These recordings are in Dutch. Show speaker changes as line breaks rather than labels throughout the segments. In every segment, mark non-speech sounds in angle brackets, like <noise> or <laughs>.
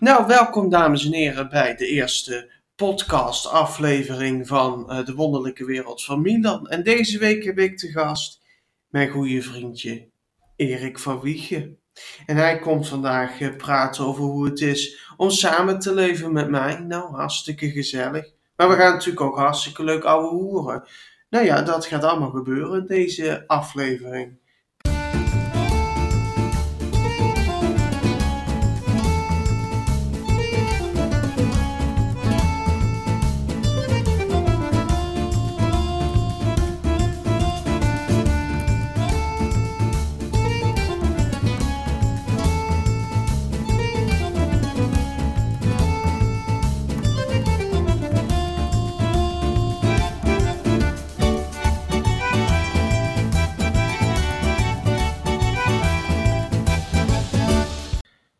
Nou, welkom dames en heren bij de eerste podcast-aflevering van eh, De Wonderlijke Wereld van Milan. En deze week heb ik te gast mijn goede vriendje Erik van Wiegen. En hij komt vandaag eh, praten over hoe het is om samen te leven met mij. Nou, hartstikke gezellig. Maar we gaan natuurlijk ook hartstikke leuk ouwe hoeren. Nou ja, dat gaat allemaal gebeuren in deze aflevering.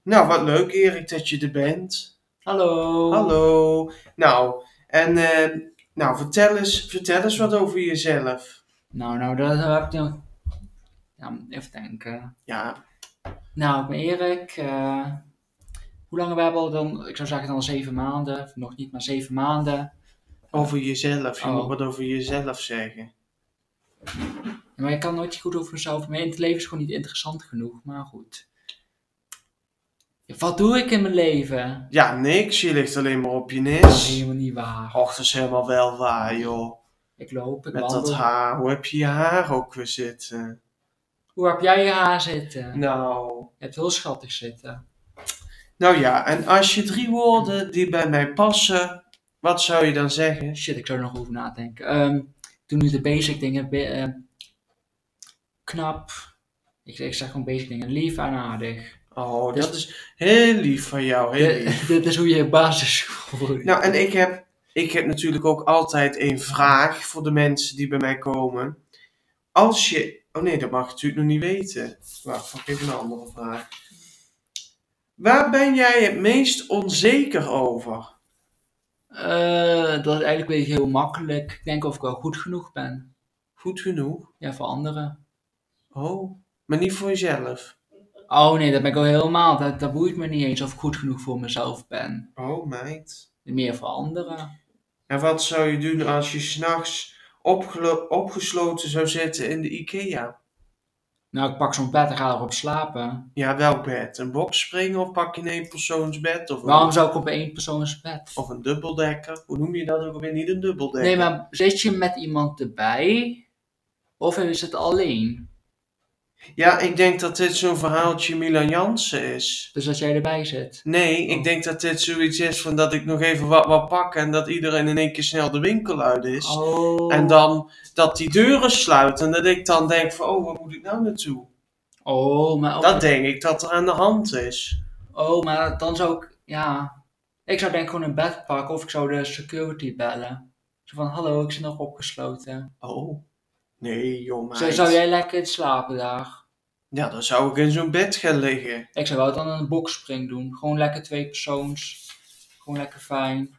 Nou, wat leuk Erik dat je er bent.
Hallo.
Hallo. Nou, en eh, nou, vertel, eens, vertel eens wat over jezelf.
Nou, nou, dat heb ik nog. Ja, moet even denken.
Ja,
Nou, ik ben Erik. eh, hoe lang we hebben al dan? Ik zou zeggen dan al zeven maanden. Of Nog niet, maar zeven maanden.
over jezelf. Je
Oh.
moet wat over jezelf zeggen.
Maar ik kan nooit goed over mezelf. Mijn het leven is gewoon niet interessant genoeg. Maar goed. Wat doe ik in mijn leven?
Ja, niks. Je ligt alleen maar op je
Dat is
nis.
helemaal niet waar.
Och, dat is helemaal wel waar, joh.
Ik loop, ik
Met
wandel.
dat haar. Hoe heb je je haar ook weer zitten?
Hoe heb jij je haar zitten?
Nou.
Je hebt heel schattig zitten.
Nou ja, en als je drie woorden die bij mij passen, wat zou je dan zeggen?
Shit, ik zou er nog over nadenken. Ehm, ik doe nu de basic dingen. Be- eh, knap. Ik, ik zeg gewoon basic dingen. Lief en aardig.
Oh,
Dus-
dat is heel lief van jou. Heel lief.
<laughs> Dit, dit is hoe je basisschool doet.
Nou, en ik heb, ik heb natuurlijk ook altijd een vraag voor de mensen die bij mij komen. Als je. Oh nee, dat mag ik natuurlijk nog niet weten. Wacht, pak even een andere vraag. Waar ben jij het meest onzeker over?
Eh, dat is eigenlijk weer heel makkelijk. Ik denk of ik wel goed genoeg ben.
Goed genoeg.
Ja, voor anderen.
Oh, maar niet voor jezelf.
Oh nee, dat ben ik al helemaal. Dat, dat boeit me niet eens of ik goed genoeg voor mezelf ben.
Oh, meid.
Meer voor anderen.
En wat zou je doen als je s'nachts opgesloten zou zitten in de IKEA?
Nou, ik pak zo'n bed en ga erop slapen.
Ja, welk bed? Een boksspring of pak je een eenpersoonsbed? Of een
Waarom zou ik op één persoonsbed?
Of een dubbeldekker. Hoe noem je dat ook alweer? Niet een dubbeldekker.
Nee, maar zit je met iemand erbij? Of is het alleen?
Ja, ik denk dat dit zo'n verhaaltje Milan Jansen is.
Dus dat jij erbij zit.
Nee, ik
Oh.
denk dat dit zoiets is van dat ik nog even wat wat pak en dat iedereen in één keer snel de winkel uit is.
Oh.
En dan dat die deuren sluiten en dat ik dan denk van, oh, waar moet ik nou naartoe?
Oh, maar,
Dat denk ik dat er aan de hand is.
oh, maar dan zou ik... Ja. Ik zou denk ik gewoon een bed pakken of ik zou de security bellen. Zo van, hallo, ik zit nog opgesloten.
Oh, nee jongen.
Zo, zou jij lekker slapen daar?
Ja, dan zou ik in zo'n bed gaan liggen.
Ik zou wel dan een boxspring doen. Gewoon lekker twee persoons. Gewoon lekker fijn.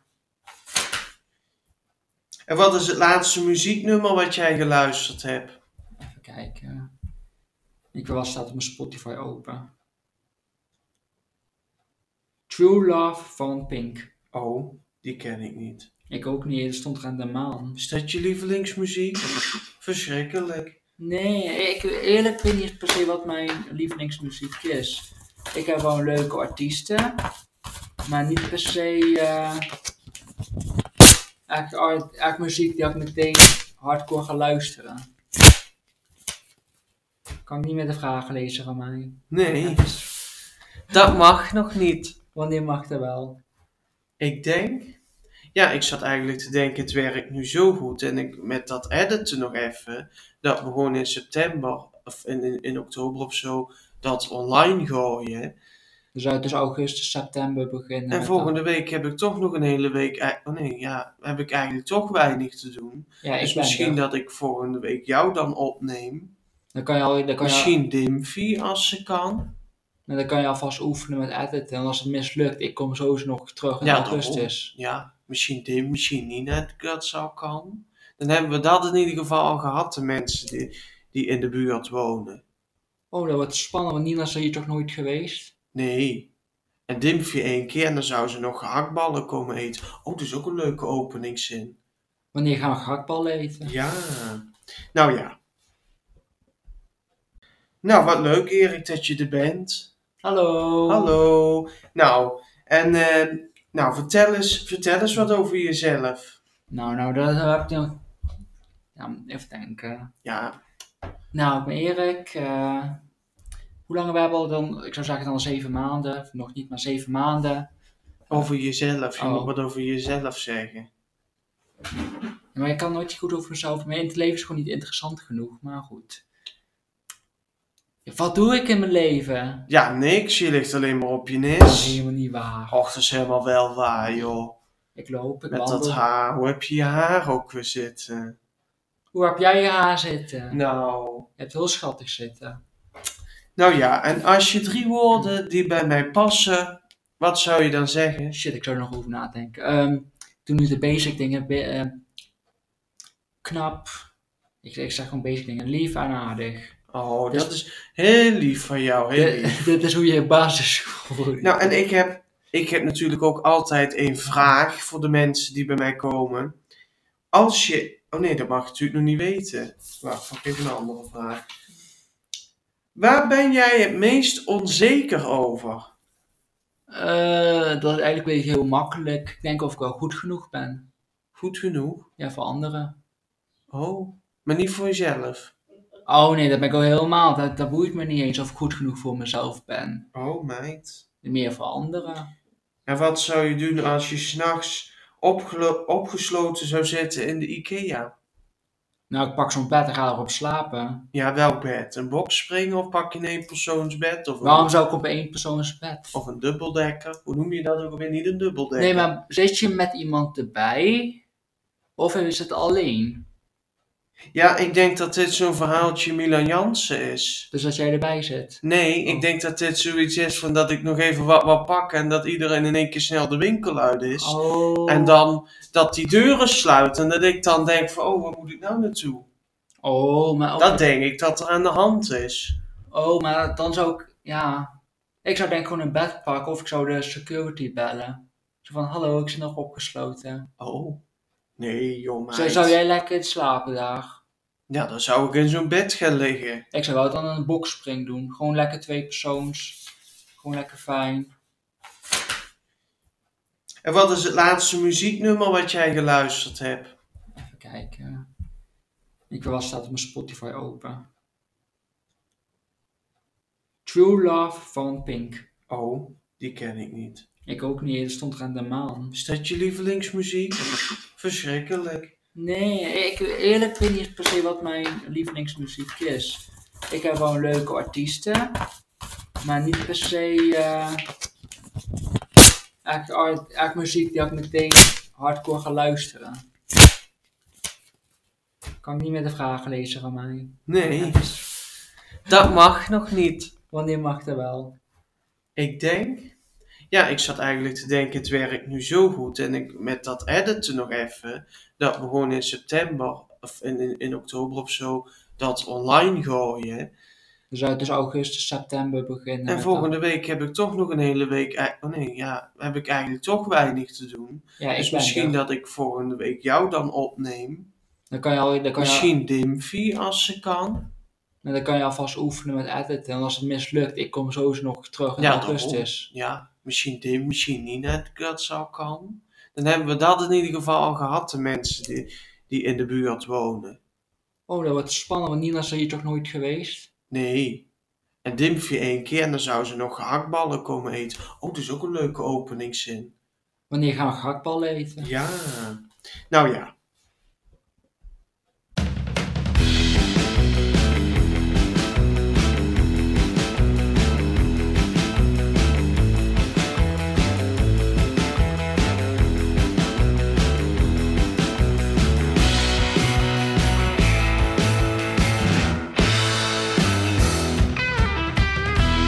En wat is het laatste muzieknummer wat jij geluisterd hebt?
Even kijken. Ik was staat op mijn Spotify open. True Love van Pink.
Oh, die ken ik niet.
Ik ook niet, het stond er aan de maan.
Is dat je
<laughs>
lievelingsmuziek? Verschrikkelijk.
Nee, ik, eerlijk weet niet per se wat mijn lievelingsmuziek is. Ik heb wel leuke artiesten, maar niet per se eh echt, art- echt muziek die ik meteen hardcore ga luisteren. Kan ik niet meer de vragen lezen van mij.
Nee, dat mag nog niet.
Wanneer mag dat wel?
Ik denk. Ja, ik zat eigenlijk te denken: het werkt nu zo goed. En ik, met dat editen nog even. Dat we gewoon in september of in, in, in oktober of zo. dat online gooien.
Dus uit dus augustus, september beginnen.
En
met
volgende week heb ik toch nog een hele week. ei- Oh nee, ja, heb ik eigenlijk toch weinig te doen.
dat. Ja, ik
Dus
ben
misschien
er.
dat ik volgende week jou dan opneem.
Dan kan je, al, dan kan je,
Misschien Dimfy als ze kan.
dan kan je alvast oefenen met editen. En als het mislukt, ik kom sowieso nog terug in
Ja,
augustus.
Ja, misschien dit, misschien niet dat ik dat zou kan. Dan hebben we dat in ieder geval al gehad, de mensen die, die in de buurt wonen.
Oh, dat wordt spannend, want Nina is hier toch nooit geweest?
Nee. En dimf je één keer en dan zou ze nog gehaktballen komen eten. Oh, dat is ook een leuke openingszin.
Wanneer gaan we gehaktballen eten?
Ja. Nou ja. Nou, wat leuk Erik dat je er bent.
Hallo.
Hallo. Nou, en eh, nou, vertel, eens, vertel eens wat over jezelf.
Nou, nou, dat heb ik nog... Ja, moet even denken.
Ja,
Nou, ik ben Erik. eh, hoe lang hebben we al dan? Ik zou zeggen dan zeven maanden. Of nog niet, maar zeven maanden.
over jezelf. Je
Oh.
moet wat over jezelf zeggen.
Ja, maar ik kan nooit goed over mezelf. Mijn het leven is gewoon niet interessant genoeg. Maar goed. Wat doe ik in mijn leven?
Ja, niks. Je ligt alleen maar op je
Dat is
nis.
helemaal niet waar.
Och, dat is helemaal wel waar, joh.
Ik loop, ik
Met
wandel.
dat haar. Hoe heb je je haar ook weer zitten?
Hoe heb jij je haar zitten?
Nou.
Je hebt heel schattig zitten.
Nou ja, en als je drie woorden die bij mij passen, wat zou je dan zeggen?
Shit, ik zou er nog over nadenken. Ehm, ik doe nu de basic dingen. be- eh, knap. Ik, ik zeg gewoon basic dingen. Lief en aardig.
Oh,
Dus-
dat is heel lief van jou, heel lief.
<laughs> Dit, dit is hoe je basisschool.
Nou, en ik heb, ik heb natuurlijk ook altijd een vraag voor de mensen die bij mij komen. Als je... Oh nee, dat mag ik natuurlijk nog niet weten. Wacht, pak even een andere vraag. Waar ben jij het meest onzeker over?
<laughs> Eh, dat is eigenlijk weer heel makkelijk. Ik denk of ik wel goed genoeg ben.
Goed genoeg?
Ja, voor anderen.
Oh, maar niet voor jezelf.
Oh nee, dat ben ik al helemaal. Dat, dat boeit me niet eens of ik goed genoeg voor mezelf ben.
Oh, meid.
Meer voor anderen.
En wat zou je doen als je s'nachts opgesloten zou zitten in de IKEA?
Nou, ik pak zo'n bed en ga erop slapen.
Ja, welk bed? Een boksspringen of pak je een eenpersoonsbed? Of
Waarom
een,
zou ik op één persoons bed?
of een dubbeldekker? Hoe noem je dat ook alweer? Niet een dubbeldekker.
Nee, maar zit je met iemand erbij? Of is het alleen?
Ja, ik denk dat dit zo'n verhaaltje Milan Jansen is.
Dus als jij erbij zit.
Nee, ik
Oh.
denk dat dit zoiets is van dat ik nog even wat wat pak en dat iedereen in één keer snel de winkel uit is.
Oh.
En dan dat die deuren sluiten en dat ik dan denk van, oh, waar moet ik nou naartoe?
Oh, maar,
Dat denk ik dat er aan de hand is.
oh, maar dan zou ik... Ja. Ik zou denk ik gewoon een bed pakken of ik zou de security bellen. Zo van, hallo, ik zit nog opgesloten.
Oh. Nee, joh, meid.
Zo, zou jij lekker slapen daar?
Ja, dan zou ik in zo'n bed gaan liggen.
Ik zou wel dan een boxspring doen. Gewoon lekker twee persoons. Gewoon lekker fijn.
En wat is het laatste muzieknummer wat jij geluisterd hebt?
Even kijken. Ik wil wel staat op mijn Spotify open. True Love van Pink.
Oh, die ken ik niet.
Ik ook niet, dat stond er aan de maan.
Is dat je lievelingsmuziek? Verschrikkelijk.
Nee, ik, eerlijk weet niet per se wat mijn lievelingsmuziek is. Ik heb wel leuke artiesten, maar niet per se eh eigenlijk, art- eigenlijk muziek die ik meteen hardcore ga luisteren. Kan ik niet meer de vragen lezen van mij.
Nee, dat mag nog niet.
Wanneer mag dat wel?
Ik denk... Ja, ik zat eigenlijk te denken, het werkt nu zo goed. En ik, met dat editen nog even, dat we gewoon in september of in, in, in oktober of zo dat online gooien.
Dus uit dus augustus, september beginnen. met
En
dat.
volgende week heb ik toch nog een hele week. ei- Oh nee, ja, heb ik eigenlijk toch weinig te doen.
Ja, ik
dus
ben
misschien
er.
dat ik volgende week jou dan opneem.
Dan kan je, al, dan kan je,
Misschien Dimfy als ze kan.
en dan kan je alvast oefenen met editen. En als het mislukt, ik kom sowieso nog terug in
Ja,
augustus.
Ja, misschien Dim, misschien Nina dat zou kan. Dan hebben we dat in ieder geval al gehad, de mensen die, die in de buurt wonen.
Oh, dat wordt spannend, want Nina is hier toch nooit geweest?
Nee. En Dimfy één keer en dan zou ze nog gehaktballen komen eten. Oh, dat is ook een leuke openingszin.
Wanneer gaan we gehaktballen eten?
Ja. Nou ja.